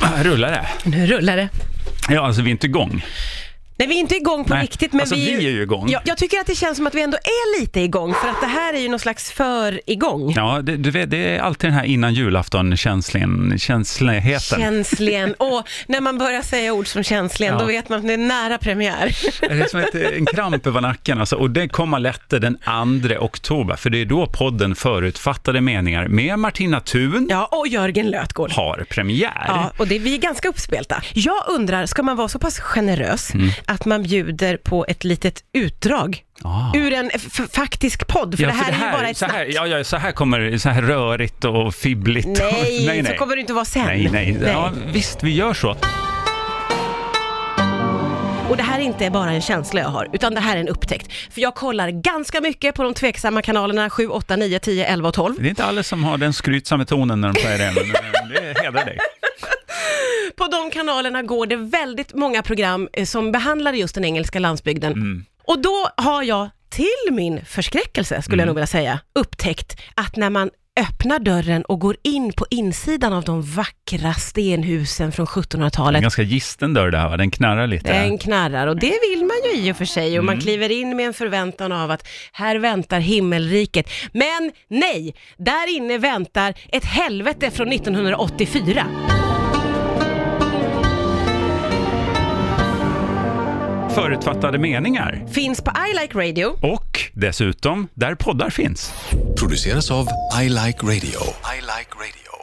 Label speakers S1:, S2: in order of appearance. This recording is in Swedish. S1: rullar det?
S2: Nu rullar det.
S1: Ja, alltså vi är inte igång.
S2: Nej, vi är inte igång på
S1: Nej,
S2: riktigt, men
S1: alltså, vi är ju igång.
S2: Ja, jag tycker att det känns som att vi ändå är lite igång, för att det här är ju någon slags för-igång.
S1: Ja, det, du vet, det är alltid den här innan julafton-känsligheten.
S2: Känsligen. Och när man börjar säga ord som känsligen,
S1: Ja.
S2: då vet man att det är nära premiär.
S1: Det är som ett, en kramp över nacken alltså, och det kommer lätta den 2 oktober, för det är då podden Förutfattade meningar med Martina Thun
S2: Ja, och Jörgen Lötgård.
S1: har premiär.
S2: Ja, och det, vi är ganska uppspelta. Jag undrar, ska man vara så pass generös
S1: Mm.
S2: att man bjuder på ett litet utdrag
S1: Ah.
S2: ur en f- faktisk podd? För
S1: Ja,
S2: det
S1: för
S2: här, är ju bara ett
S1: så här,
S2: snack.
S1: ja, ja, så här kommer så här rörigt och fibbligt.
S2: Nej,
S1: nej,
S2: så
S1: nej.
S2: kommer det inte vara sen.
S1: nej, nej. Ja, visst, vi gör så.
S2: Och det här är inte bara en känsla jag har, utan det här är en upptäckt. För jag kollar ganska mycket på de tveksamma kanalerna 7, 8, 9, 10, 11 och 12.
S1: Det är inte alla som har den skrytsamma tonen när de säger det, men eh, det hedrar dig.
S2: På de kanalerna går det väldigt många program eh, som behandlar just den engelska landsbygden. Och då har jag till min förskräckelse, skulle jag nog vilja säga, upptäckt att när man öppnar dörren och går in på insidan av de vackra stenhusen från
S1: En
S2: 1700-talet,
S1: ganska gisten dörr där, va? den knarrar lite.
S2: Den knarrar och det vill man ju i och för sig och man kliver in med en förväntan av att här väntar himmelriket. Men nej, där inne väntar ett helvete från 1984.
S1: Förutfattade meningar.
S2: Finns på I Like Radio.
S1: Och dessutom, där poddar finns.
S3: Produceras av I Like Radio. I like radio.